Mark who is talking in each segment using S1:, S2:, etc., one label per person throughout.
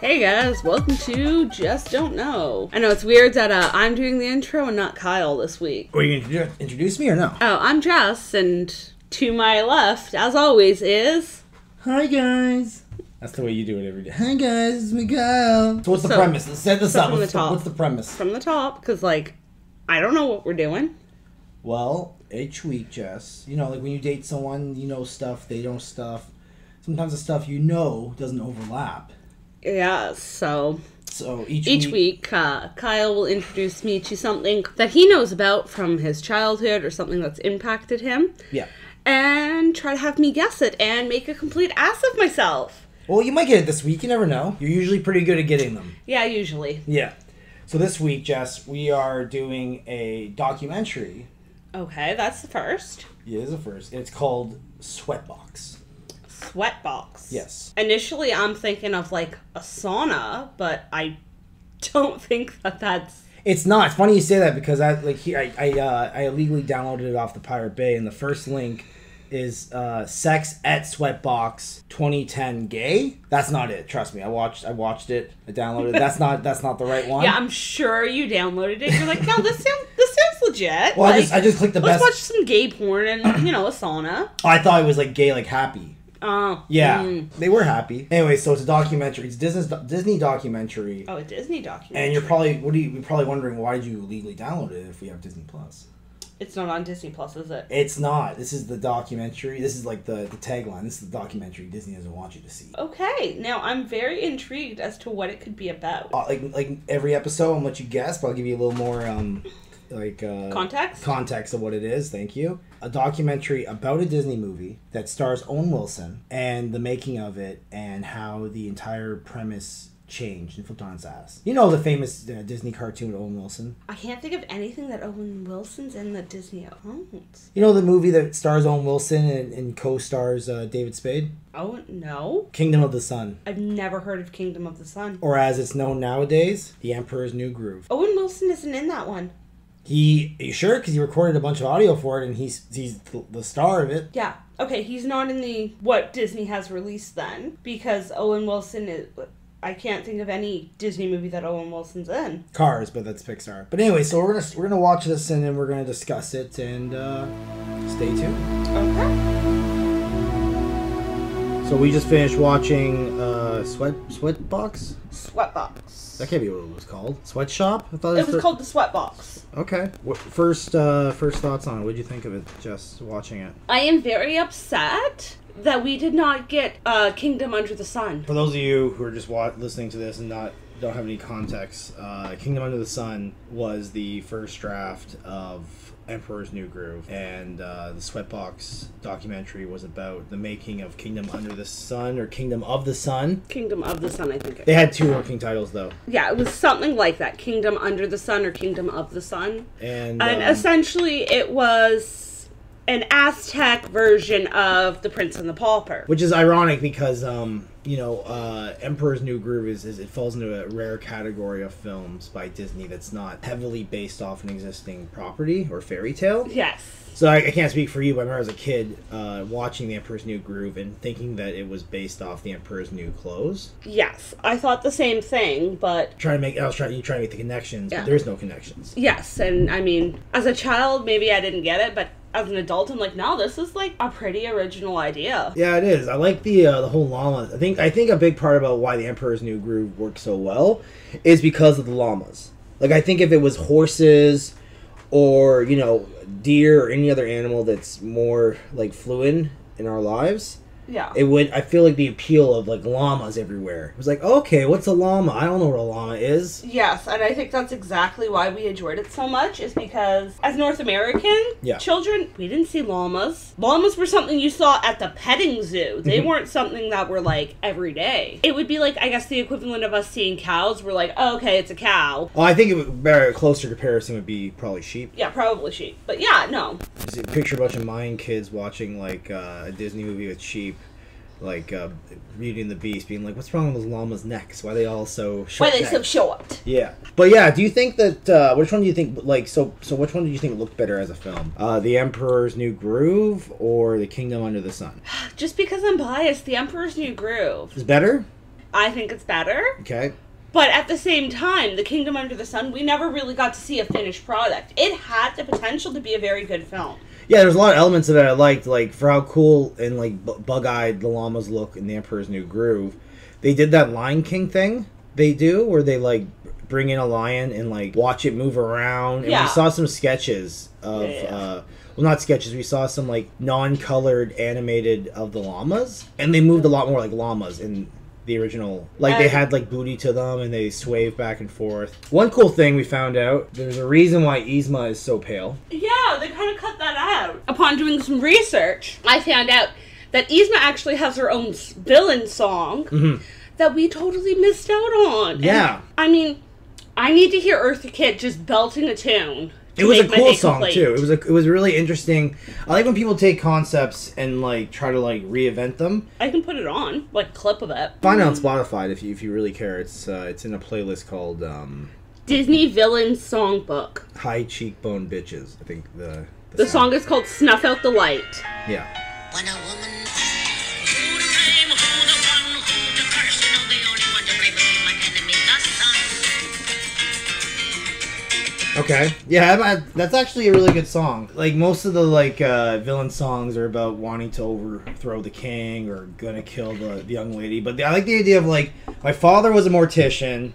S1: Hey guys, welcome to Just Don't Know. I know it's weird that uh, I'm doing the intro and not Kyle this week.
S2: Were you going to introduce me or no?
S1: Oh, I'm Jess, and to my left, as always, is.
S2: Hi, guys. That's the way you do it every day. Hi, guys. It's Miguel. So what's the
S1: So-
S2: premise? Let's set this
S1: so
S2: up.
S1: from
S2: What's
S1: the
S2: the,
S1: top.
S2: what's the premise?
S1: from the top because like i don't know what we're doing
S2: Well, each week, Jess, you know, like when you date someone, you know stuff, they know stuff. Sometimes the stuff you know doesn't overlap.
S1: yeah so
S2: So each,
S1: each week uh, kyle will introduce me to something that he knows about from his childhood or something that's impacted him
S2: Yeah.
S1: and try to have me guess it and make a complete ass of myself
S2: Well, you might get it this week. You never know. You're usually pretty good at getting them.
S1: yeah usually
S2: Yeah. So this week, Jess, we are doing a documentary.
S1: okay that's the first
S2: It is a first. It's called Sweatbox.
S1: sweatbox
S2: Yes.
S1: initially i'm thinking of like a sauna but i don't think that that's
S2: It's not. It's funny you say that because I like here I I, uh, I illegally downloaded it off the Pirate Bay, and the first link is uh, "Sex at Sweatbox 2010 Gay." That's not it. Trust me. I watched. I watched it. I downloaded. it. That's not. That's not the right one.
S1: Yeah, I'm sure you downloaded it. You're like, no, this sounds this sounds legit.
S2: well, I
S1: Like,
S2: just I just clicked the
S1: let's
S2: best.
S1: watch some gay porn and you know a sauna.
S2: I thought it was like gay, like happy.
S1: Oh,
S2: Yeah,
S1: mm.
S2: they were happy. Anyway, so it's a documentary. It's Disney's Disney documentary.
S1: Oh, a Disney documentary.
S2: And you're probably what are you? You're probably wondering why did you legally download it if we have Disney Plus?
S1: it's not on Disney Plus, is it?
S2: It's not. This is the documentary. This is like the, the tagline. This is the documentary Disney doesn't want you to see.
S1: Okay, now I'm very intrigued as to what it could be about.
S2: Uh, like like every episode, I'll let you guess, but I'll give you a little more um like uh,
S1: Context?
S2: context of what it is. Thank you. A documentary about a Disney movie that stars Owen Wilson and the making of it and how the entire premise changed and flipped on its ass. You know the famous uh, Disney cartoon Owen Wilson.
S1: I can't think of anything that Owen Wilson's in that Disney owns.
S2: You know the movie that stars Owen Wilson and, and co-stars uh, David Spade,
S1: Oh no,
S2: Kingdom of the Sun.
S1: I've never heard of Kingdom of the Sun.
S2: or as it's known nowadays, The Emperor's New Groove.
S1: Owen Wilson isn't in that one.
S2: He, are you sure? Because he recorded a bunch of audio for it, and he's he's th- the star of it.
S1: Yeah. Okay, he's not in the what Disney has released then because Owen Wilson is. I can't think of any Disney movie that Owen Wilson's in.
S2: Cars, but that's Pixar. But anyway, so we're gonna we're gonna watch this, and then we're gonna discuss it, and uh, stay tuned.
S1: Okay.
S2: So we just finished watching uh, Sweat Sweatbox.
S1: Sweatbox.
S2: That can't be what it was called. Sweatshop. I thought
S1: It was
S2: the-
S1: called the Sweatbox.
S2: Okay. What, first uh, first thoughts on it. What'd you think of it? Just watching it.
S1: I am very upset that we did not get uh, Kingdom Under the Sun.
S2: For those of you who are just wa- listening to this and not don't have any context, uh, Kingdom Under the Sun was the first draft of Emperor's New Groove, and uh, the Sweatbox documentary was about the making of Kingdom Under the Sun or Kingdom of the Sun.
S1: Kingdom of the Sun, I think. it-
S2: They had two working titles though,
S1: Yeah, it was something like that. Kingdom Under the Sun or Kingdom of the Sun.
S2: and,
S1: And
S2: um,
S1: essentially, it was an Aztec version of The Prince and the Pauper.
S2: which is ironic because um, you know uh, Emperor's New Groove is, is it falls into a rare category of films by Disney that's not heavily based off an existing property or fairy tale.
S1: Yes.
S2: So I, I can't speak for you, but I remember as a kid uh, watching The Emperor's New Groove and thinking that it was based off The Emperor's New Clothes.
S1: Yes, I thought the same thing, but
S2: Trying to make, I was trying, you trying to make the connections,
S1: Yeah.
S2: but there's no connections.
S1: yes, and I mean, as a child, maybe I didn't get it, but as an adult, I'm like, no, this is like a pretty original idea.
S2: Yeah, it is. I like the uh, the whole llama. I think I think a big part about why The Emperor's New Groove works so well is because of the llamas. Like I think if it was horses or you know deer or any other animal that's more like fluid in our lives,
S1: Yeah.
S2: it would i feel like the appeal of like llamas everywhere it was like okay what's a llama i don't know what a llama is
S1: Yes, and I think that's exactly why we enjoyed it so much, is because as North American
S2: Yeah.
S1: children, we didn't see llamas. Llamas were something you saw at the petting zoo, they
S2: Mm-hmm.
S1: weren't something that were like every day. It would be like, I guess, the equivalent of us seeing cows. We're like, oh, okay, it's a cow.
S2: well i think it would, better closer comparison would be probably sheep
S1: Yeah, probably sheep. But yeah, no.
S2: Just picture a bunch of mayan kids watching like uh, a disney movie with sheep like uh, Beauty and the Beast being like, "What's wrong with those llamas' necks? Why are they all so
S1: Why
S2: short?"
S1: they so
S2: necked?"
S1: short?
S2: Yeah, but yeah, do you think that uh, which one do you think like so so which one do you think looked better as a film? Uh, the Emperor's New Groove or The Kingdom Under the Sun?
S1: Just because I'm biased, The Emperor's New Groove,
S2: Is better?
S1: I think it's better.
S2: Okay.
S1: But at the same time, The Kingdom Under the Sun, we never really got to see a finished product. It had the potential to be a very good film.
S2: Yeah, there's a lot of elements of it I liked, like for how cool and like bu- bug-eyed the llamas look in The Emperor's New Groove. They did that Lion King thing they do, where they like bring in a lion and like watch it move around. And
S1: Yeah.
S2: we saw some sketches of,
S1: Yeah, yeah.
S2: uh, well, not sketches. We saw some like non-colored animated of the llamas, and they moved a lot more like llamas in the original. Like they
S1: And-
S2: had like booty to them, and they swayed back and forth. One cool thing we found out: there's a reason why Yzma is so pale.
S1: Yeah, they kind of cut that out. Upon doing some research, I found out that Yzma actually has her own s- villain song
S2: Mhm.
S1: that we totally missed out on. And,
S2: Yeah.
S1: I mean, I need to hear Eartha Kitt just belting a tune. to
S2: it was a
S1: make my
S2: cool
S1: day
S2: song
S1: complete.
S2: too. It was a, it was really interesting. I like when people take concepts and like try to like reinvent them.
S1: I can put it on, like clip of it.
S2: Find it on Spotify if you if you really care. It's uh, it's in a playlist called um,
S1: Disney villain songbook.
S2: High Cheekbone Bitches. I think the
S1: The song is called "Snuff Out the Light."
S2: Yeah.
S3: When a woman. Who to blame? Who to wrong? Who to curse? You know the only one to blame would be my enemy, the sun.
S2: Okay. Yeah, I, I- that's actually a really good song. Like most of the like uh, villain songs are about wanting to overthrow the king or gonna kill the, the young lady. But I like the idea of like my father was a mortician,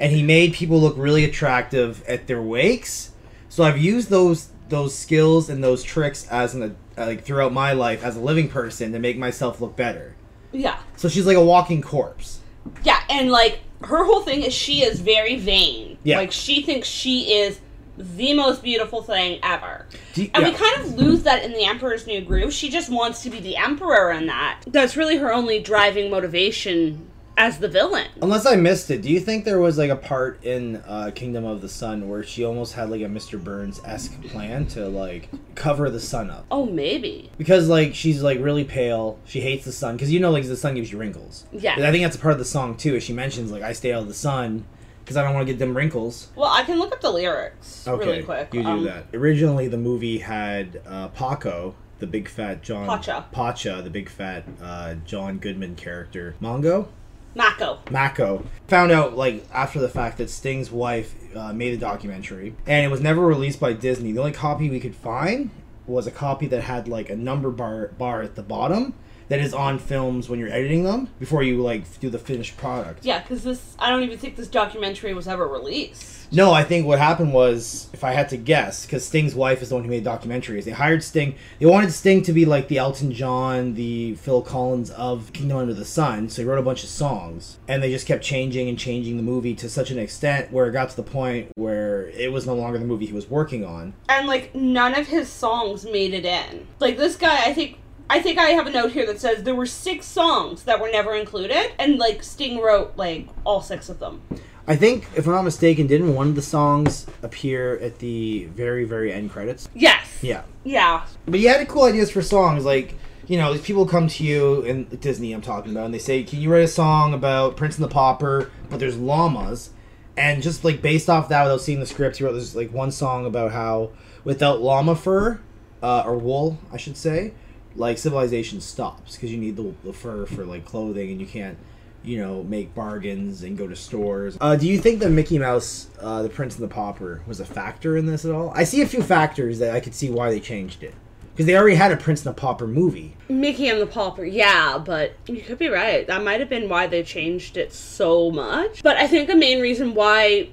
S2: and he made people look really attractive at their wakes. So I've used those those skills and those tricks as an like throughout my life as a living person to make myself look better.
S1: Yeah,
S2: So she's like a walking corpse.
S1: yeah, and like her whole thing is she is very vain.
S2: Yeah.
S1: like she thinks she is the most beautiful thing ever.
S2: Do you-
S1: And we
S2: yeah.
S1: kind of lose that in the Emperor's New Groove. She just wants to be the Emperor in that. That's really her only driving motivation as the villain.
S2: Unless I missed it, do you think there was like a part in uh, Kingdom of the Sun where she almost had like a Mr. Burns esque plan to like cover the sun up?
S1: Oh, maybe.
S2: Because like she's like really pale, she hates the sun because you know like the sun gives you wrinkles.
S1: Yeah.
S2: And I think that's a part of the song too. Is she mentions like I stay out of the sun because I don't want to get them wrinkles.
S1: Well, I can look up the lyrics really quick.
S2: You do
S1: Um,
S2: that. Originally, the movie had uh, Paco, the big fat John
S1: Pacha.
S2: Pacha, the big fat uh, John Goodman character, Mongo.
S1: Mako.
S2: Mako found out like after the fact that Sting's wife uh, made a documentary, and it was never released by Disney. The only copy we could find was a copy that had like a number bar bar at the bottom that is on films when you're editing them before you like do the finished product.
S1: Yeah, because this, I don't even think this documentary was ever released.
S2: No, I think what happened was, if I had to guess, because Sting's wife is the one who made documentaries. They hired Sting. They wanted Sting to be like the Elton John, the Phil Collins of Kingdom Under the Sun. So he wrote a bunch of songs, and they just kept changing and changing the movie to such an extent where it got to the point where it was no longer the movie he was working on.
S1: And, like, none of his songs made it in. Like, this guy, I think. I think I have a note here that says there were six songs that were never included, and like Sting wrote like all six of them.
S2: I think, if I'm not mistaken, didn't one of the songs appear at the very, very end credits?
S1: Yes.
S2: Yeah.
S1: Yeah.
S2: But you had cool ideas for songs, like you know, these people come to you and Disney, I'm talking about, and they say, "Can you write a song about Prince and the Pauper?" But there's llamas, and just like based off that, without seeing the script, he wrote this like one song about how without llama fur uh, or wool, I should say, like civilization stops because you need the, the fur for like clothing, and you can't. You know, make bargains and go to stores. Uh, do you think that Mickey Mouse, uh, the Prince and the Pauper, was a factor in this at all? I see a few factors that I could see why they changed it because they already had a Prince and the Pauper movie.
S1: Mickey and the Pauper, yeah, but you could be right. That might have been why they changed it so much. But I think the main reason why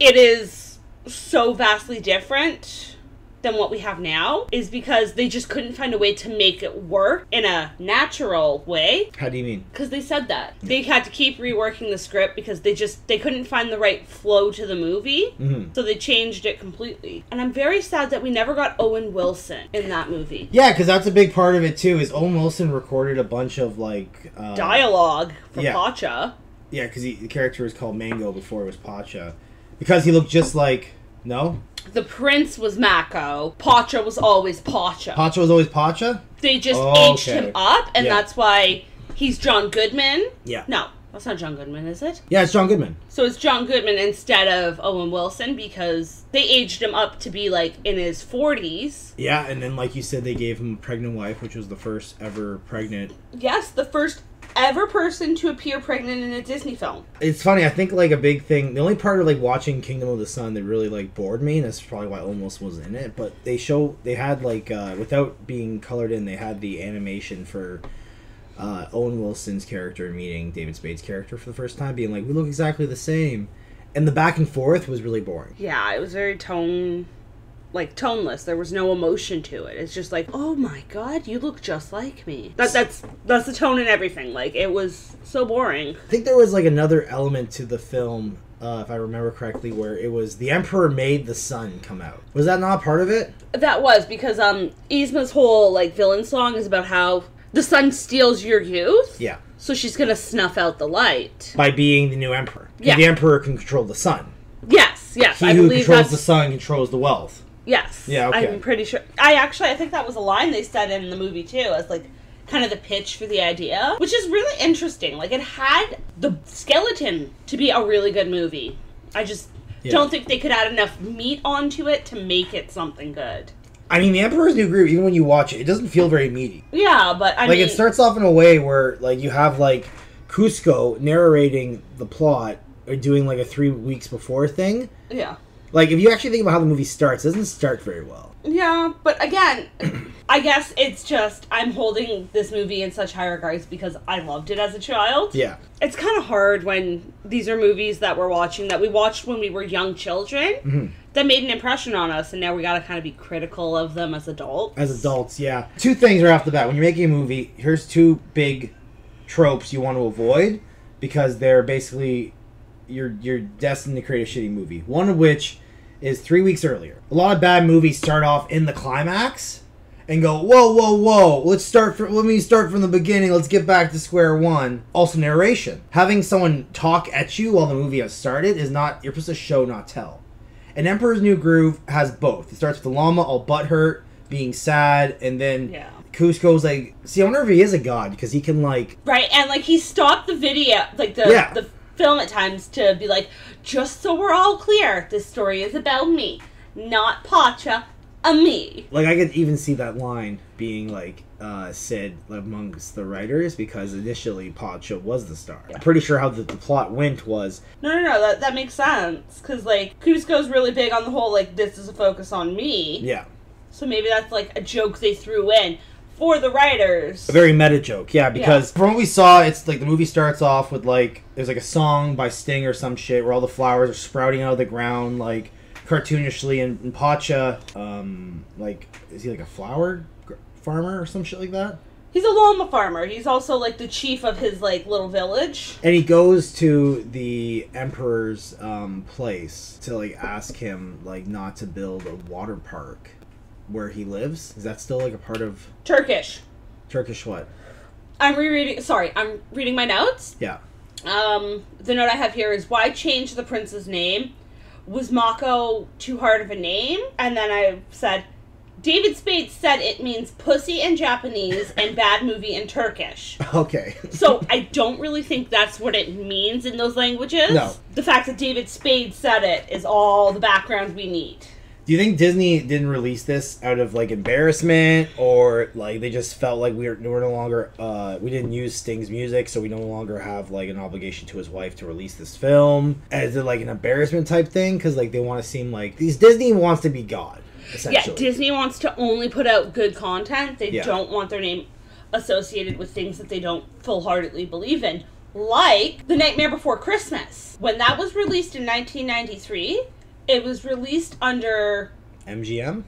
S1: it is so vastly different than what we have now is because they just couldn't find a way to make it work in a natural way
S2: How do you mean?
S1: because they said that they had to keep reworking the script because they just they couldn't find the right flow to the movie
S2: Mhm.
S1: so they changed it completely and i'm very sad that we never got owen wilson in that movie
S2: Yeah, because that's a big part of it too. Is Owen Wilson recorded a bunch of like uh,
S1: dialogue for
S2: Yeah.
S1: Pacha.
S2: Yeah, because the character was called Mango before it was Pacha, because he looked just like no
S1: The prince was Mako. Pacha was always Pacha.
S2: Pacha was always Pacha.
S1: they just
S2: Oh, Okay.
S1: aged him up, and
S2: Yeah.
S1: that's why He's John Goodman.
S2: Yeah.
S1: No, that's not John Goodman, is it?
S2: Yeah, it's John Goodman.
S1: So it's John Goodman instead of Owen Wilson because they aged him up to be like in his 40s.
S2: Yeah, and then like you said, they gave him a pregnant wife, which was the first ever pregnant.
S1: Yes, the first ever person to appear pregnant in a Disney film.
S2: It's funny. I think like a big thing. The only part of like watching Kingdom of the Sun that really like bored me, and that's probably why almost was in it. But they show they had like uh, without being colored in, they had the animation for. Uh, Owen Wilson's character meeting David Spade's character for the first time, being like, "We look exactly the same," and the back and forth was really boring.
S1: Yeah, it was very tone like toneless. There was no emotion to it. It's just like, "Oh my god, you look just like me." That that's that's the tone and everything. Like it was so boring.
S2: I think there was like another element to the film, uh, if I remember correctly, where it was the emperor made the sun come out. Was that not part of it?
S1: That was because um Yzma's whole like villain song is about how the sun steals your youth.
S2: Yeah,
S1: So she's going to snuff out the light.
S2: by being the new emperor. 'Cause
S1: Yeah.
S2: The emperor can control the sun.
S1: Yes, yes.
S2: He
S1: I
S2: who
S1: believe
S2: controls
S1: that's
S2: the sun controls the wealth.
S1: Yes.
S2: Yeah, okay.
S1: I'm pretty sure. I actually, I think that was a line they said in the movie too, as like kind of the pitch for the idea, which is really interesting. Like it had the skeleton to be a really good movie. I just
S2: Yeah.
S1: don't think they could add enough meat onto it to make it something good.
S2: I mean, the emperor's new groove. Even when you watch it, it doesn't feel very meaty.
S1: Yeah, but I
S2: like
S1: mean,
S2: it starts off in a way where like you have like Cusco narrating the plot or doing like a three weeks before thing.
S1: yeah,
S2: Like if you actually think about how the movie starts, it doesn't start very well.
S1: yeah. But again, I guess it's just I'm holding this movie in such high regards because I loved it as a child.
S2: Yeah.
S1: it's kind of hard when these are movies that we're watching that we watched when we were young children
S2: Mm-hmm.
S1: that made an impression on us and now we gotta kind of be critical of them as adults
S2: as adults yeah two things right off the bat when you're making a movie here's two big tropes you want to avoid because they're basically you're you're destined to create a shitty movie one of which is three weeks earlier a lot of bad movies start off in the climax and go whoa whoa whoa let's start from let me start from the beginning let's get back to square one also narration having someone talk at you while the movie has started is not you're supposed to show not tell and Emperor's New Groove has both. It starts with the llama all butthurt, being sad, and then
S1: Yeah.
S2: Cusco's like, see, I wonder if he is a god because he can like,
S1: right and like he stopped the video like the
S2: Yeah.
S1: the film at times to be like just so we're all clear this story is about me not pacha a me
S2: like I could even see that line being like uh, said amongst the writers because initially Pacha was the star. I'm pretty sure how the, the plot went was
S1: no no no that, that makes sense because like cusco's really big on the whole like this is a focus on me
S2: yeah,
S1: so maybe that's like a joke they threw in for the writers
S2: a very meta joke. Yeah, because from what we saw, it's like the movie starts off with like there's like a song by Sting or some shit where all the flowers are sprouting out of the ground like cartoonishly, and, and Pacha, um, like is he like a flower gr- farmer or some shit like that?
S1: He's a llama farmer. He's also like the chief of his like little village.
S2: And he goes to the emperor's um, place to like ask him like not to build a water park where he lives. Is that still like a part of
S1: Turkish.
S2: Turkish what?
S1: I'm rereading. Sorry, I'm reading my notes.
S2: Yeah.
S1: Um, the note I have here is why change the prince's name? Was Mako too hard of a name? And then I said, David Spade said it means pussy in Japanese and bad movie in Turkish.
S2: Okay.
S1: So I don't really think that's what it means in those languages.
S2: No.
S1: The fact that David Spade said it is all the background we need.
S2: Do you think Disney didn't release this out of like embarrassment or like they just felt like we were, we're no longer uh, we didn't use Sting's music, so we no longer have like an obligation to his wife to release this film? Is it like an embarrassment type thing? Because like they want to seem like these Disney wants to be God.
S1: Yeah,
S2: Essentially.
S1: Disney wants to only put out good content. They
S2: Yeah.
S1: don't want their name associated with things that they don't full heartedly believe in, like The Nightmare Before Christmas. When that was released in 1993, it was released under
S2: MGM.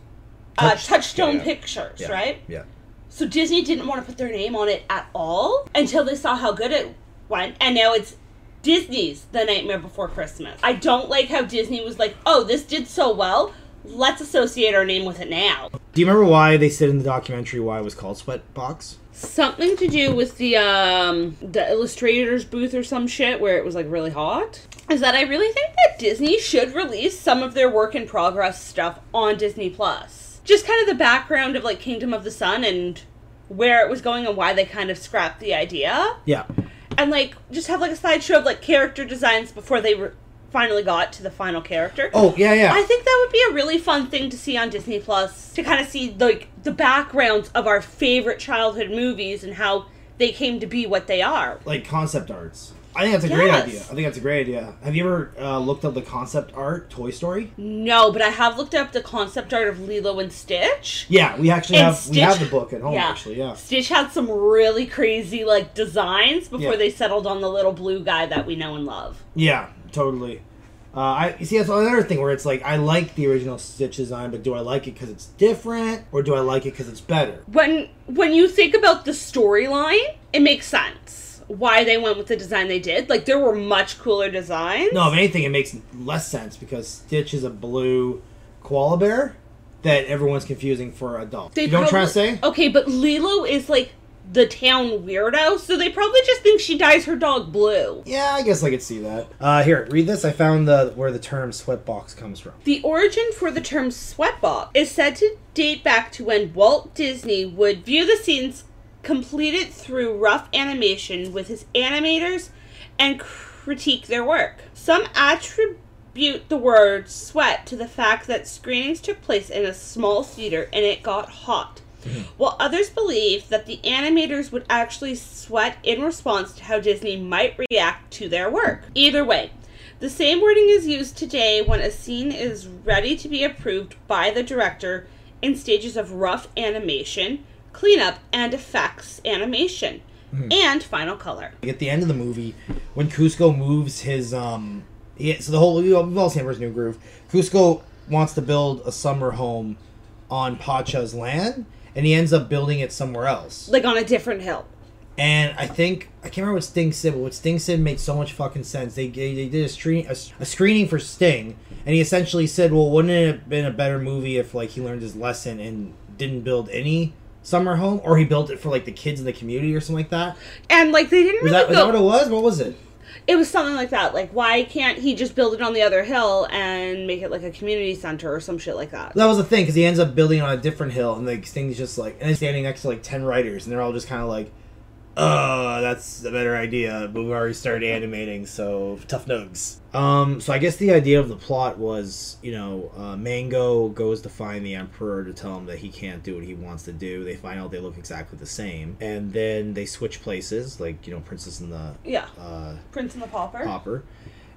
S1: uh,
S2: Touch-
S1: Touchstone
S2: yeah.
S1: Pictures,
S2: Yeah.
S1: right?
S2: Yeah.
S1: So Disney didn't want to put their name on it at all until they saw how good it went, and now it's Disney's The Nightmare Before Christmas. I don't like how Disney was like, oh, this did so well. Let's associate our name with it now.
S2: Do you remember why they said in the documentary why it was called Sweatbox?
S1: something to do with the um the illustrator's booth or some shit where it was like really hot is that i really think that disney should release some of their work in progress stuff on disney plus just kind of the background of like kingdom of the sun and where it was going and why they kind of scrapped the idea
S2: Yeah.
S1: and like just have like a slideshow of like character designs before they were finally got to the final character.
S2: Oh yeah, yeah.
S1: I think that would be a really fun thing to see on Disney Plus to kind of see like the backgrounds of our favorite childhood movies and how they came to be what they are.
S2: like concept arts. I think that's a great
S1: Yes.
S2: idea. I think that's a great idea. Have you ever uh, looked up the concept art Toy Story?
S1: No, but I have looked up the concept art of Lilo and Stitch.
S2: Yeah, we actually
S1: And
S2: have we
S1: Stitch-
S2: have the book at home actually. Yeah.
S1: Stitch had some really crazy like designs before
S2: Yeah.
S1: they settled on the little blue guy that we know and love.
S2: Yeah, totally. Uh, I you see. That's another thing where it's like I like the original Stitch design, but do I like it because it's different, or do I like it because it's better?
S1: when when you think about the storyline, it makes sense why they went with the design they did. Like there were much cooler designs.
S2: No, if anything, it makes less sense because Stitch is a blue koala bear that everyone's confusing for a doll.
S1: they
S2: you don't try to
S1: probably- Oh.
S2: say?
S1: Okay, but Lilo is like the town weirdo, so they probably just think she dyes her dog blue.
S2: Yeah, I guess I could see that. Uh, here, read this. I found the where the term sweatbox comes from.
S1: The origin for the term sweatbox is said to date back to when Walt Disney would view the scenes completed through rough animation with his animators and critique their work. Some attribute the word sweat to the fact that screenings took place in a small theater and it got hot. While others believe that the animators would actually sweat in response to how Disney might react to their work. Either way, the same wording is used today when a scene is ready to be approved by the director in stages of rough animation, cleanup, and effects animation,
S2: Hmm.
S1: and final color.
S2: Like, at the end of the movie, when Cusco moves his um, he, so the whole we've all- we've all seen Emperor's New Groove. Cusco wants to build a summer home on Pacha's land, and he ends up building it somewhere else.
S1: Like on a different hill.
S2: And I think I can't remember what Sting said, but what Sting said made so much fucking sense. They they, they did a, screen, a, s- a screening for Sting, and he essentially said, "Well, wouldn't it have been a better movie if like he learned his lesson and didn't build any summer home, or he built it for like the kids in the community or something like that?"
S1: And like they didn't
S2: Was
S1: really
S2: that, was that
S1: go.
S2: what it was? What was it?
S1: it was something like that. Like why can't he just build it on the other hill and make it like a community center or some shit like that?
S2: That was the thing because he ends up building on a different hill, and like Sting's just like, and he's standing next to like ten writers, and they're all just kind of like, "Uh, that's a better idea, but we already started animating, so tough nugs." Um, so I guess the idea of the plot was, you know, uh, Mango goes to find the Emperor to tell him that he can't do what he wants to do. They find out they look exactly the same, and then they switch places, like you know, Princess and the
S1: Yeah.
S2: uh,
S1: Prince and the Pauper.
S2: Popper.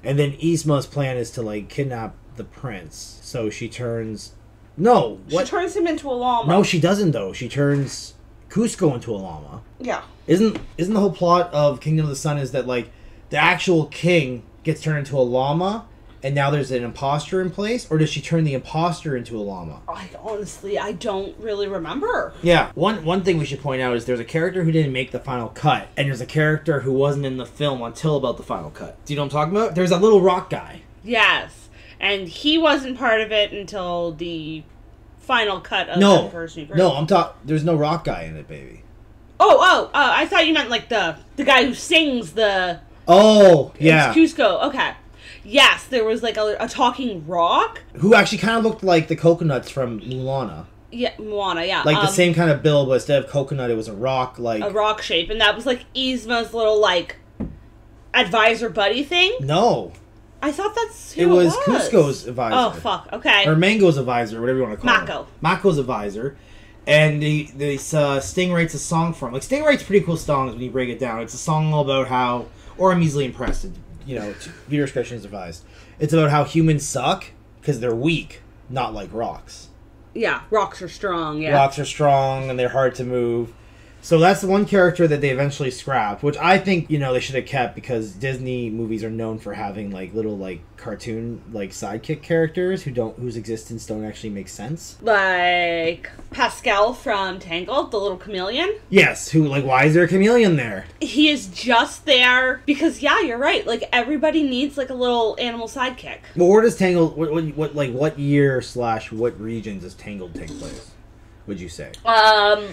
S2: And then Yzma's plan is to like kidnap the prince. So she turns No,
S1: She
S2: what
S1: turns him into a llama.
S2: No, she doesn't though. She turns Cusco into a llama.
S1: yeah.
S2: Isn't isn't the whole plot of Kingdom of the Sun is that like the actual king gets turned into a llama and now there's an imposter in place or does she turn the imposter into a llama?
S1: I honestly I don't really remember.
S2: Yeah. One one thing we should point out is there's a character who didn't make the final cut, and there's a character who wasn't in the film until about the final cut. Do you know what I'm talking about? There's that little rock guy.
S1: Yes, and he wasn't part of it until the final cut of
S2: no,
S1: Emperor's New Groove.
S2: no, I'm talking. There's no rock guy in it, baby.
S1: oh, oh, oh, I thought you meant like the the guy who sings the
S2: Oh, yeah.
S1: it's Cusco. Okay, yes, there was like a, a talking rock.
S2: Who actually kind of looked like the coconuts from Mulana,
S1: Yeah, Moana. Yeah,
S2: like the
S1: um,
S2: same kind of bill, but instead of coconut, it was a rock. Like
S1: a rock shape, and that was like Yzma's little like advisor buddy thing.
S2: no,
S1: I thought that's who
S2: it
S1: it
S2: was,
S1: was.
S2: Cusco's advisor.
S1: Oh fuck. Okay.
S2: or Mango's advisor, whatever you want to call
S1: Mako.
S2: him. Mako's advisor. And the this uh, Sting writes a song for him. Like Sting writes pretty cool songs when you break it down. It's a song all about how, or I'm easily impressed. You know, to be discretion's advised. It's about how humans suck because they're weak, not like rocks.
S1: yeah, rocks are strong. Yeah.
S2: Rocks are strong and they're hard to move. So that's the one character that they eventually scrapped, which I think you know they should have kept because Disney movies are known for having like little like cartoon like sidekick characters who don't whose existence don't actually make sense.
S1: Like Pascal from Tangled, the little chameleon.
S2: Yes, who like why is there a chameleon there?
S1: he is just there because yeah you're right like everybody needs like a little animal sidekick
S2: Well, where does Tangled? What, what, what like what year slash what region does Tangled take place? Would you say
S1: um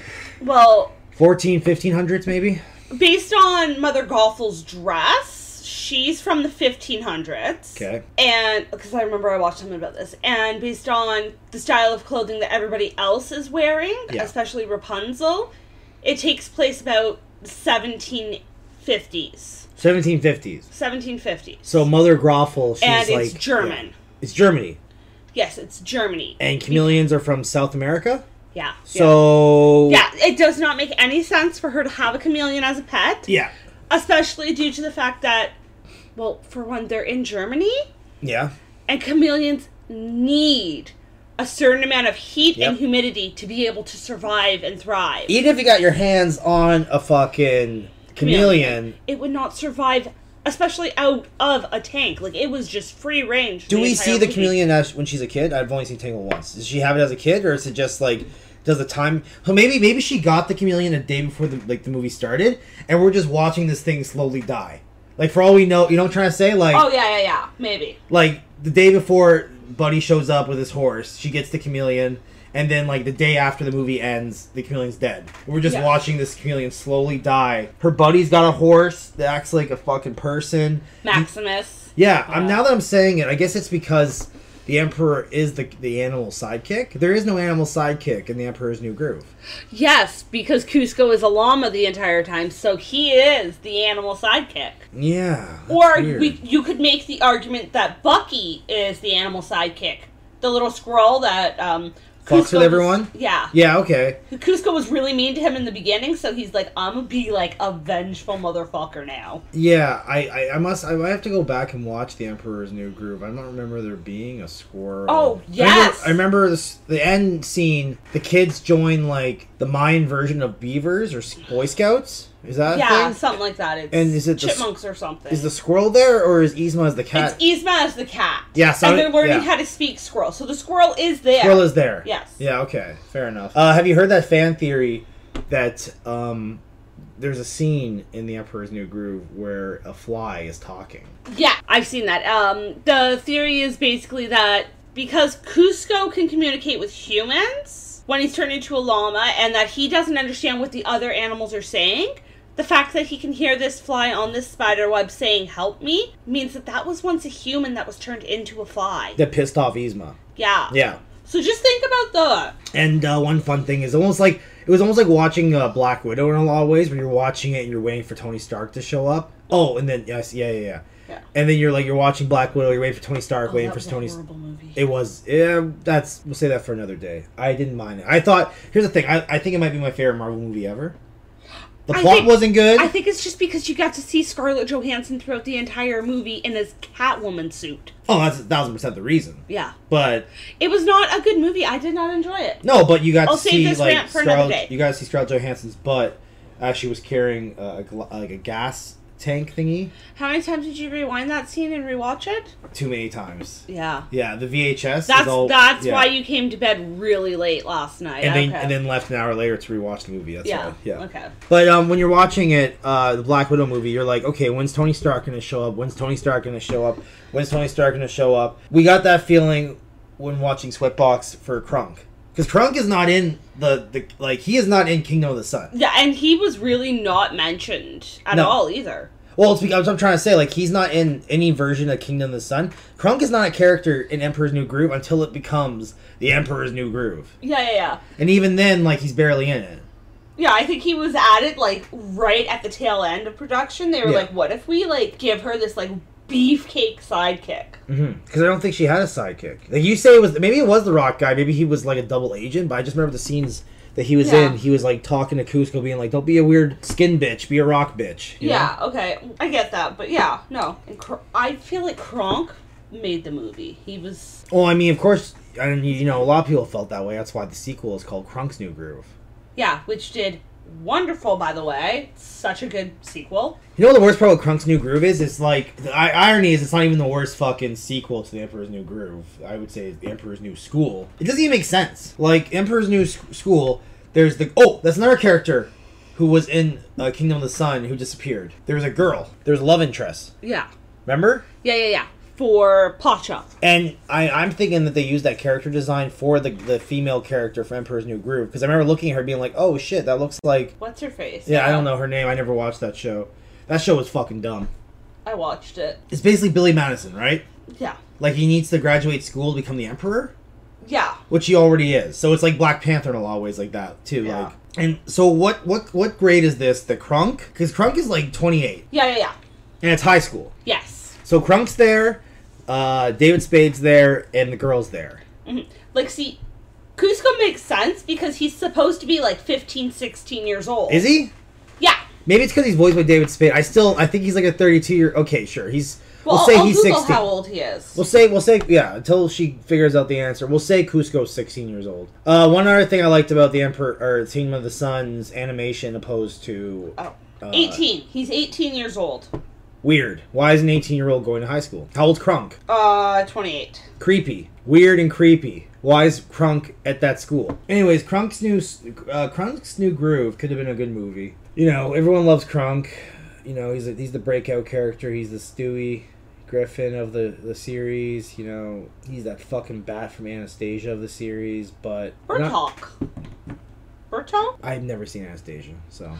S1: well
S2: 14, 1500s maybe?
S1: based on mother golfle's dress she's from the 1500s
S2: Okay.
S1: and because i remember i watched something about this and based on the style of clothing that everybody else is wearing
S2: Yeah.
S1: especially rapunzel It takes place about 1750s.
S2: 1750s.
S1: 1750s.
S2: So Mother Groffel, she's
S1: and
S2: like
S1: it's German.
S2: yeah. It's Germany,
S1: Yes, it's Germany.
S2: and chameleons are from South America.
S1: yeah.
S2: So
S1: yeah. yeah, it does not make any sense for her to have a chameleon as a pet.
S2: yeah,
S1: Especially due to the fact that, well, for one, they're in Germany
S2: yeah,
S1: and chameleons need a certain amount of heat and
S2: Yep.
S1: humidity to be able to survive and thrive.
S2: Even if you got your hands on a fucking chameleon,
S1: It would not survive, especially out of a tank. Like, it was just free range.
S2: do we
S1: entire
S2: see the
S1: movie.
S2: chameleon as when she's a kid? I've only seen Tangle once. Does she have it as a kid, or is it just like? Does the time? So maybe maybe she got the chameleon a day before the like the movie started, and we're just watching this thing slowly die. Like for all we know, you know what I'm trying to say? Like
S1: Oh, yeah, yeah, yeah. Maybe.
S2: like the day before Buddy shows up with his horse, she gets the chameleon, and then like the day after the movie ends, the chameleon's dead. We're just
S1: Yeah.
S2: watching this chameleon slowly die. Her buddy's got a horse that acts like a fucking person.
S1: Maximus.
S2: Yeah, I'm,
S1: Yeah.
S2: now that I'm saying it, I guess it's because the Emperor is the the animal sidekick. There is no animal sidekick in the Emperor's New Groove.
S1: Yes, because Cusco is a llama the entire time, so he is the animal sidekick.
S2: Yeah. that's
S1: Or
S2: weird.
S1: we, you could make the argument that Bucky is the animal sidekick, the little squirrel that um,
S2: Fucks
S1: Cusco
S2: with
S1: was-
S2: everyone?
S1: yeah,
S2: Yeah. Okay.
S1: Cusco was really mean to him in the beginning, so he's like, "I'm gonna be like a vengeful motherfucker now."
S2: Yeah, I, I, I must I might have to go back and watch The Emperor's New Groove. I don't remember there being a squirrel.
S1: Oh,
S2: I remember-
S1: yes!
S2: I remember, this, the end scene. The kids join like the Mayan version of beavers or s- Boy Scouts. Is that
S1: yeah,
S2: a thing?
S1: something like that. It's
S2: And is it the s-
S1: chipmunks or something?
S2: Is the squirrel there or is Yzma as the cat?
S1: it's Yzma as the cat.
S2: Yeah, so
S1: and
S2: I-
S1: they're learning
S2: yeah.
S1: how to speak squirrel. So the squirrel is there.
S2: squirrel is there.
S1: Yes.
S2: Yeah. Okay. Fair enough. Uh, have you heard that fan theory that um, there's a scene in The Emperor's New Groove where a fly is talking?
S1: Yeah, I've seen that. Um, the theory is basically that because Cusco can communicate with humans when he's turned into a llama, and that he doesn't understand what the other animals are saying, the fact that he can hear this fly on this spider web saying "Help me" means that that was once a human that was turned into a fly.
S2: That pissed off Yzma.
S1: Yeah.
S2: Yeah.
S1: So just think about the
S2: And uh, one fun thing is almost like it was almost like watching uh, Black Widow in a lot of ways. When you're watching it and you're waiting for Tony Stark to show up. Oh, and then yes, yeah, yeah, yeah.
S1: Yeah.
S2: And then you're like you're watching Black Widow. You're waiting for Tony Stark. waiting
S1: that
S2: for
S1: was a
S2: Tony.
S1: horrible movie.
S2: It was. Yeah, that's. We'll say that for another day. I didn't mind it. I thought. Here's the thing. I, I think it might be my favorite Marvel movie ever. The
S1: I
S2: plot
S1: think-
S2: wasn't good.
S1: I think it's just because you got to see Scarlett Johansson throughout the entire movie in his Catwoman suit.
S2: oh, that's a thousand percent the reason.
S1: Yeah.
S2: But
S1: It was not a good movie. I did not enjoy it.
S2: No, but you got
S1: I'll
S2: to
S1: save
S2: see
S1: this
S2: like
S1: rant for another day.
S2: Scarlett- you got to see Scarlett Johansson's butt. Uh, she was carrying uh, a, gla- like a gas tank thingy
S1: How many times did you rewind that scene and rewatch it?
S2: too many times.
S1: Yeah.
S2: Yeah, the VHS.
S1: That's
S2: is all,
S1: that's
S2: yeah.
S1: why you came to bed really late last night.
S2: And then
S1: okay.
S2: and then left an hour later to rewatch the movie. That's
S1: yeah.
S2: why. Yeah.
S1: Okay.
S2: But um, when you're watching it, uh, the Black Widow movie, you're like, okay, when's Tony Stark gonna show up? When's Tony Stark gonna show up? When's Tony Stark gonna show up? We got that feeling when watching Sweatbox for Krunk, because Krunk is not in the, the like he is not in Kingdom of the Sun.
S1: Yeah, and he was really not mentioned at
S2: No.
S1: all either.
S2: Well, it's because I'm trying to say like he's not in any version of Kingdom of the Sun. Krunk is not a character in Emperor's New Groove until it becomes the Emperor's New Groove,
S1: Yeah, yeah, yeah.
S2: and even then, like he's barely in it.
S1: Yeah, I think he was added like right at the tail end of production. They were
S2: Yeah.
S1: like, "What if we like give her this like beefcake sidekick?"
S2: Because Mm-hmm. I don't think she had a sidekick. Like you say, it was maybe it was the Rock guy. Maybe he was like a double agent. But I just remember the scenes that he was
S1: Yeah.
S2: in. He was like talking to Cusco, being like, "Don't be a weird skin bitch. Be a rock bitch." you know?
S1: Yeah, okay. I get that, but yeah, no. And Kr- I feel like Kronk made the movie. He was
S2: Well, I mean, of course, I mean, you know, a lot of people felt that way. That's why the sequel is called Krunk's New Groove.
S1: yeah, which did wonderful by the way. Such a good sequel.
S2: You know what the worst part with Krunk's New Groove is? It's like the I- irony is it's not even the worst fucking sequel to The Emperor's New Groove. I would say The Emperor's New School. It doesn't even make sense. Like Emperor's New S- School, there's the oh, that's another character who was in uh, Kingdom of the Sun who disappeared. There was a girl. There was a love interest.
S1: Yeah.
S2: Remember?
S1: Yeah, yeah, yeah. For Pacha.
S2: And I, I'm thinking that they used that character design for the the female character for Emperor's New Groove because I remember looking at her being like, oh shit, that looks like
S1: What's her face?
S2: yeah, I don't know her name. I never watched that show. That show was fucking dumb.
S1: I watched it.
S2: It's basically Billy Madison, right?
S1: Yeah.
S2: Like he needs to graduate school to become the emperor.
S1: yeah.
S2: which he already is. So it's like Black Panther in a lot of ways, like that too.
S1: Yeah.
S2: Like, and so what? What? What grade is this? The Krunk? Because Krunk is like 28,
S1: Yeah, yeah, yeah.
S2: and it's high school.
S1: Yes.
S2: So Krunk's there, uh, David Spade's there, and the girl's there.
S1: Like, see, Cusco makes sense because he's supposed to be like 15, 16 years old.
S2: Is he?
S1: Yeah.
S2: Maybe it's because he's voiced by David Spade. I still, I think he's like a 32 year. Okay, sure. He's.
S1: Well,
S2: We'll,
S1: I'll,
S2: say
S1: I'll
S2: he's
S1: Google
S2: 16.
S1: how old he is.
S2: We'll say we'll say yeah until she figures out the answer. We'll say Cusco's 16 years old. Uh, one other thing I liked about the Emperor or Kingdom of the Sun's animation opposed to
S1: oh.
S2: uh,
S1: 18. He's 18 years old.
S2: Weird. Why is an 18 year old going to high school? How old Krunk?
S1: Uh, 28.
S2: Creepy. Weird and creepy. Why is Krunk at that school? Anyways, Krunk's new uh, Krunk's new groove could have been a good movie. You know, everyone loves Krunk. You know, he's a, he's the breakout character. He's the Stewie Griffin of the the series. You know, he's that fucking bat from Anastasia of the series. But not-
S1: Bertok. Bertok?
S2: I've never seen Anastasia, so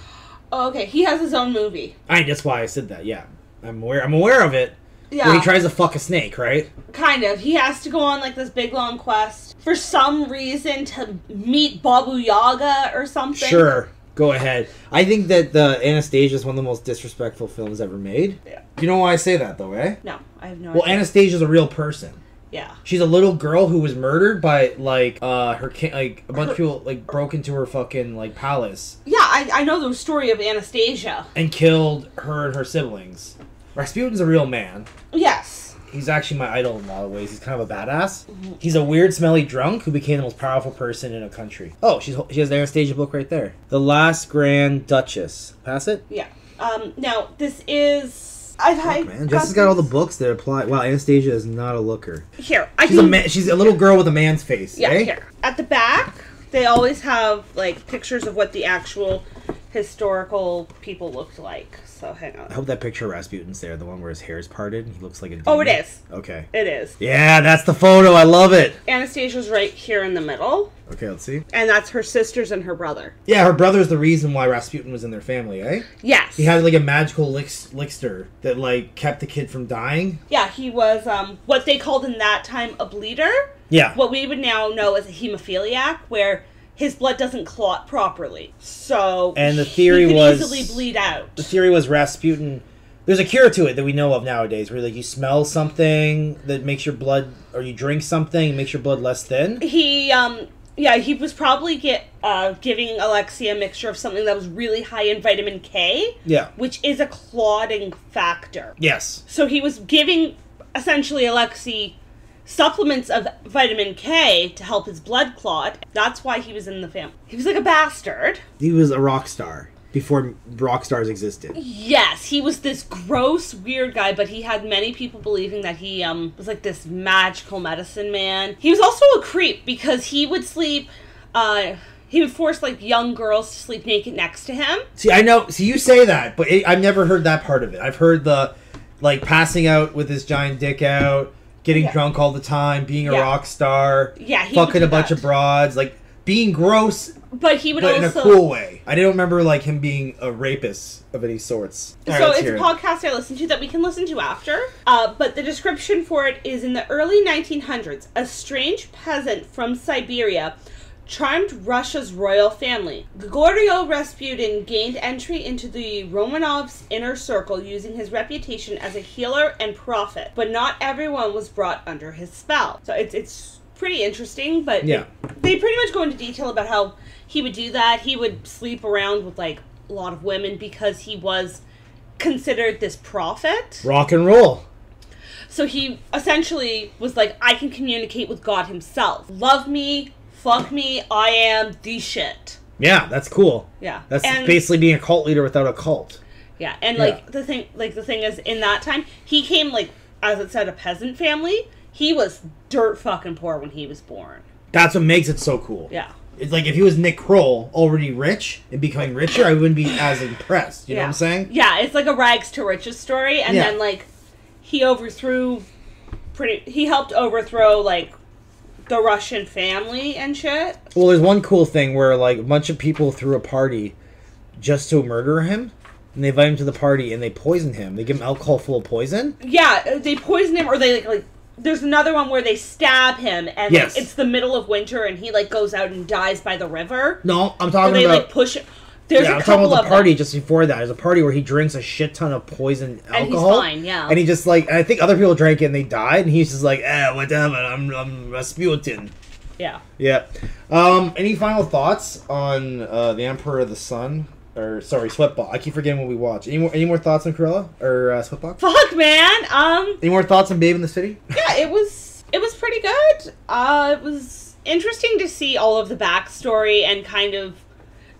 S1: Oh, okay. He has his own movie.
S2: I that's why I said that. Yeah, I'm aware. I'm aware of it.
S1: Yeah.
S2: When he tries to fuck a snake, right?
S1: Kind of. He has to go on like this big long quest for some reason to meet Babu Yaga or something.
S2: Sure, go ahead. I think that the Anastasia is one of the most disrespectful films ever made.
S1: Yeah.
S2: You know why I say that though, eh?
S1: No, I have no
S2: Well,
S1: idea.
S2: Anastasia's a real person.
S1: yeah.
S2: She's a little girl who was murdered by like uh her ki- like a bunch of people like broke into her fucking like palace
S1: Yeah, I, I know the story of Anastasia.
S2: and killed her and her siblings. Rasputin's a real man.
S1: Yes.
S2: He's actually my idol in a lot of ways. He's kind of a badass. He's a weird, smelly drunk who became the most powerful person in a country. Oh, she's she has the Anastasia book right there. The Last Grand Duchess. Pass it.
S1: Yeah. Um, now, this is. I've had.
S2: Man, Jessica's got all the books that apply. Wow, Anastasia is not a looker.
S1: Here. I
S2: She's a
S1: can,
S2: man, she's a little girl with a man's face.
S1: Yeah,
S2: eh?
S1: here. At the back, they always have, like, pictures of what the actual historical people looked like. So hang
S2: I
S1: on.
S2: hope that picture of Rasputin's there, the one where his hair's parted. He looks like a.
S1: Oh, it
S2: demon.
S1: is.
S2: Okay.
S1: It is.
S2: Yeah, that's the photo. I love it.
S1: Anastasia's right here in the middle,
S2: Okay, let's see.
S1: and that's her sisters and her brother.
S2: Yeah, her brother's the reason why Rasputin was in their family, eh?
S1: Yes.
S2: He had like a magical lix- elixir that like kept the kid from dying.
S1: yeah, he was um, what they called in that time a bleeder.
S2: Yeah.
S1: What we would now know as a hemophiliac, where his blood doesn't clot properly. So
S2: And the
S1: he
S2: theory
S1: could
S2: was-
S1: easily bleed
S2: the
S1: out.
S2: theory was Rasputin. There's a cure to it that we know of nowadays, where like you smell something that makes your blood, or you drink something, it makes your blood less thin.
S1: He um yeah, he was probably get uh, giving Alexia a mixture of something that was really high in vitamin K,
S2: Yeah.
S1: which is a clotting factor.
S2: Yes.
S1: So he was giving essentially Alexei supplements of vitamin K to help his blood clot. That's why he was in the family. He was like a bastard.
S2: He was a rock star before rock stars existed.
S1: Yes, he was this gross, weird guy, but he had many people believing that he um, was like this magical medicine man. He was also a creep because he would sleep. Uh, he would force like young girls to sleep naked next to him.
S2: See, I know. See, you say that, but it, I've never heard that part of it. I've heard the like passing out with his giant dick out, getting
S1: Yeah.
S2: drunk all the time, being a
S1: Yeah.
S2: rock star,
S1: Yeah, he would
S2: fucking
S1: do
S2: a bunch
S1: that.
S2: of broads, like being gross
S1: But he would
S2: but in a
S1: also
S2: cool way. I don't remember like him being a rapist of any sorts. All right,
S1: so
S2: let's
S1: it's a
S2: hear it.
S1: podcast I listen to that we can listen to after. Uh, but the description for it is in the early 1900s, a strange peasant from Siberia charmed Russia's royal family. Gregorio Rasputin gained entry into the Romanovs' inner circle using his reputation as a healer and prophet, but not everyone was brought under his spell. So it's it's pretty interesting, but
S2: Yeah.
S1: they pretty much go into detail about how he would do that. He would sleep around with like a lot of women because he was considered this prophet.
S2: Rock and roll.
S1: So he essentially was like, I can communicate with God himself. Love me, fuck me, I am the shit.
S2: Yeah, that's cool.
S1: Yeah.
S2: That's
S1: And-
S2: basically being a cult leader without a cult.
S1: Yeah, and
S2: Yeah.
S1: like the thing, like the thing is, in that time, he came like as it said, a peasant family. He was dirt fucking poor when he was born.
S2: That's what makes it so cool.
S1: Yeah.
S2: It's like if he was Nick Kroll, already rich and becoming richer, I wouldn't be as impressed. You know what I'm saying?
S1: Yeah, it's like a rags to riches story, and
S2: Yeah.
S1: then like he overthrew pretty. He helped overthrow like the Russian family and shit.
S2: Well, there's one cool thing where like a bunch of people threw a party just to murder him, and they invite him to the party and they poison him. They give him alcohol full of poison.
S1: Yeah, they poisoned uh, him, or they like like there's another one where they stab him, and
S2: Yes.
S1: it's the middle of winter, and he like goes out and dies by the river.
S2: No, I'm
S1: Or
S2: talking
S1: they
S2: about.
S1: like push. There's
S2: yeah,
S1: a
S2: I'm talking
S1: couple of
S2: about the party
S1: them.
S2: just before that. There's a party where he drinks a shit ton of poison alcohol.
S1: he's fine, yeah.
S2: And he just like, and I think other people drank it and they died, and he's just like, eh, whatever. I'm I'm Rasputin.
S1: Yeah.
S2: Yeah. Um, any final thoughts on uh, the Emperor of the Sun? Or sorry, Sweatbox. I keep forgetting what we watch. Any more? Any more thoughts on Cruella or uh, Sweatbox?
S1: Fuck, man. Um.
S2: Any more thoughts on Babe in the City?
S1: yeah, it was it was pretty good. Uh, it was interesting to see all of the backstory and kind of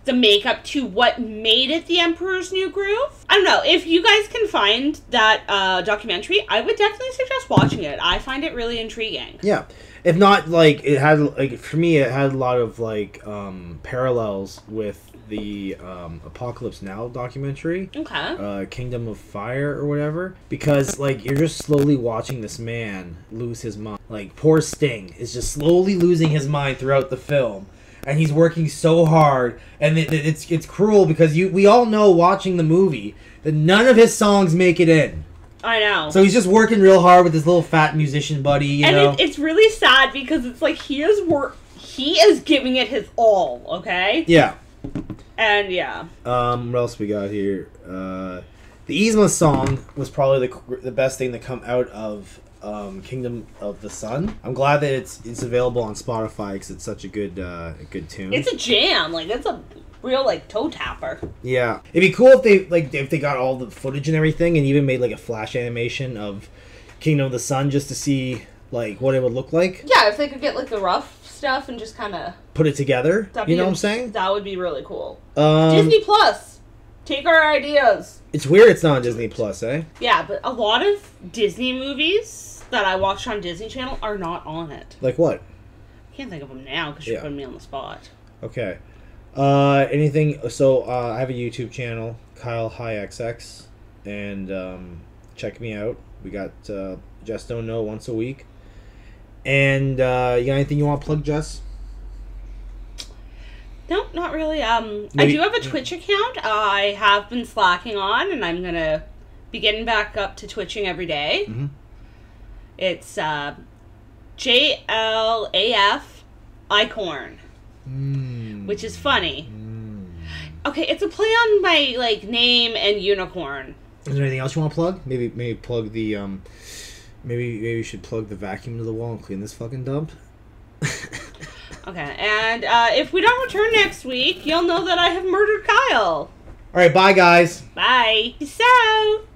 S1: the makeup to what made it the Emperor's New Groove. I don't know if you guys can find that uh, documentary. I would definitely suggest watching it. I find it really intriguing.
S2: Yeah. If not, like it had like for me, it had a lot of like um, parallels with the um, Apocalypse Now documentary.
S1: Okay.
S2: uh, Kingdom of Fire or whatever, because like you're just slowly watching this man lose his mind. Like poor Sting is just slowly losing his mind throughout the film, and he's working so hard, and it, it- it's it's cruel because you we all know watching the movie that none of his songs make it in.
S1: I know.
S2: So he's just working real hard with his little fat musician buddy, you
S1: and
S2: know.
S1: it, it's really sad because it's like he is work. He is giving it his all. Okay.
S2: yeah.
S1: And yeah.
S2: Um, what else we got here? Uh, the Yzma song was probably the the best thing to come out of um, Kingdom of the Sun. I'm glad that it's it's available on Spotify because it's such a good uh, a good tune.
S1: It's a jam. Like it's a real like toe tapper.
S2: yeah, it'd be cool if they like if they got all the footage and everything and even made like a flash animation of Kingdom of the Sun just to see like what it would look like.
S1: Yeah, if they could get like the rough stuff and just kind of
S2: Put it together. You know what I'm saying?
S1: That would be really cool.
S2: Um,
S1: Disney Plus, take our ideas.
S2: It's weird. It's not on Disney Plus, eh?
S1: Yeah, but a lot of Disney movies that I watched on Disney Channel are not on it.
S2: Like what?
S1: Can't think of them now because you're
S2: Yeah.
S1: putting me on the spot.
S2: Okay. Uh, anything? So uh, I have a YouTube channel, Kyle High XX, and um, check me out. We got uh, Just Don't Know once a week. And uh, you got anything you want to plug, Jess?
S1: No, not really. Um,
S2: Maybe-
S1: I do have a Twitch account. uh, I have been slacking on, and I'm gonna be getting back up to twitching every day.
S2: Mhm.
S1: It's uh, J L A F Icorn, which is funny. Okay, it's a play on my like name and unicorn.
S2: Is there anything else you want to plug? Maybe maybe plug the um, maybe maybe you should plug the vacuum to the wall and clean this fucking dump.
S1: Okay, and uh, if we don't return next week, you'll know that I have murdered Kyle.
S2: All right, bye guys.
S1: Bye. Peace out.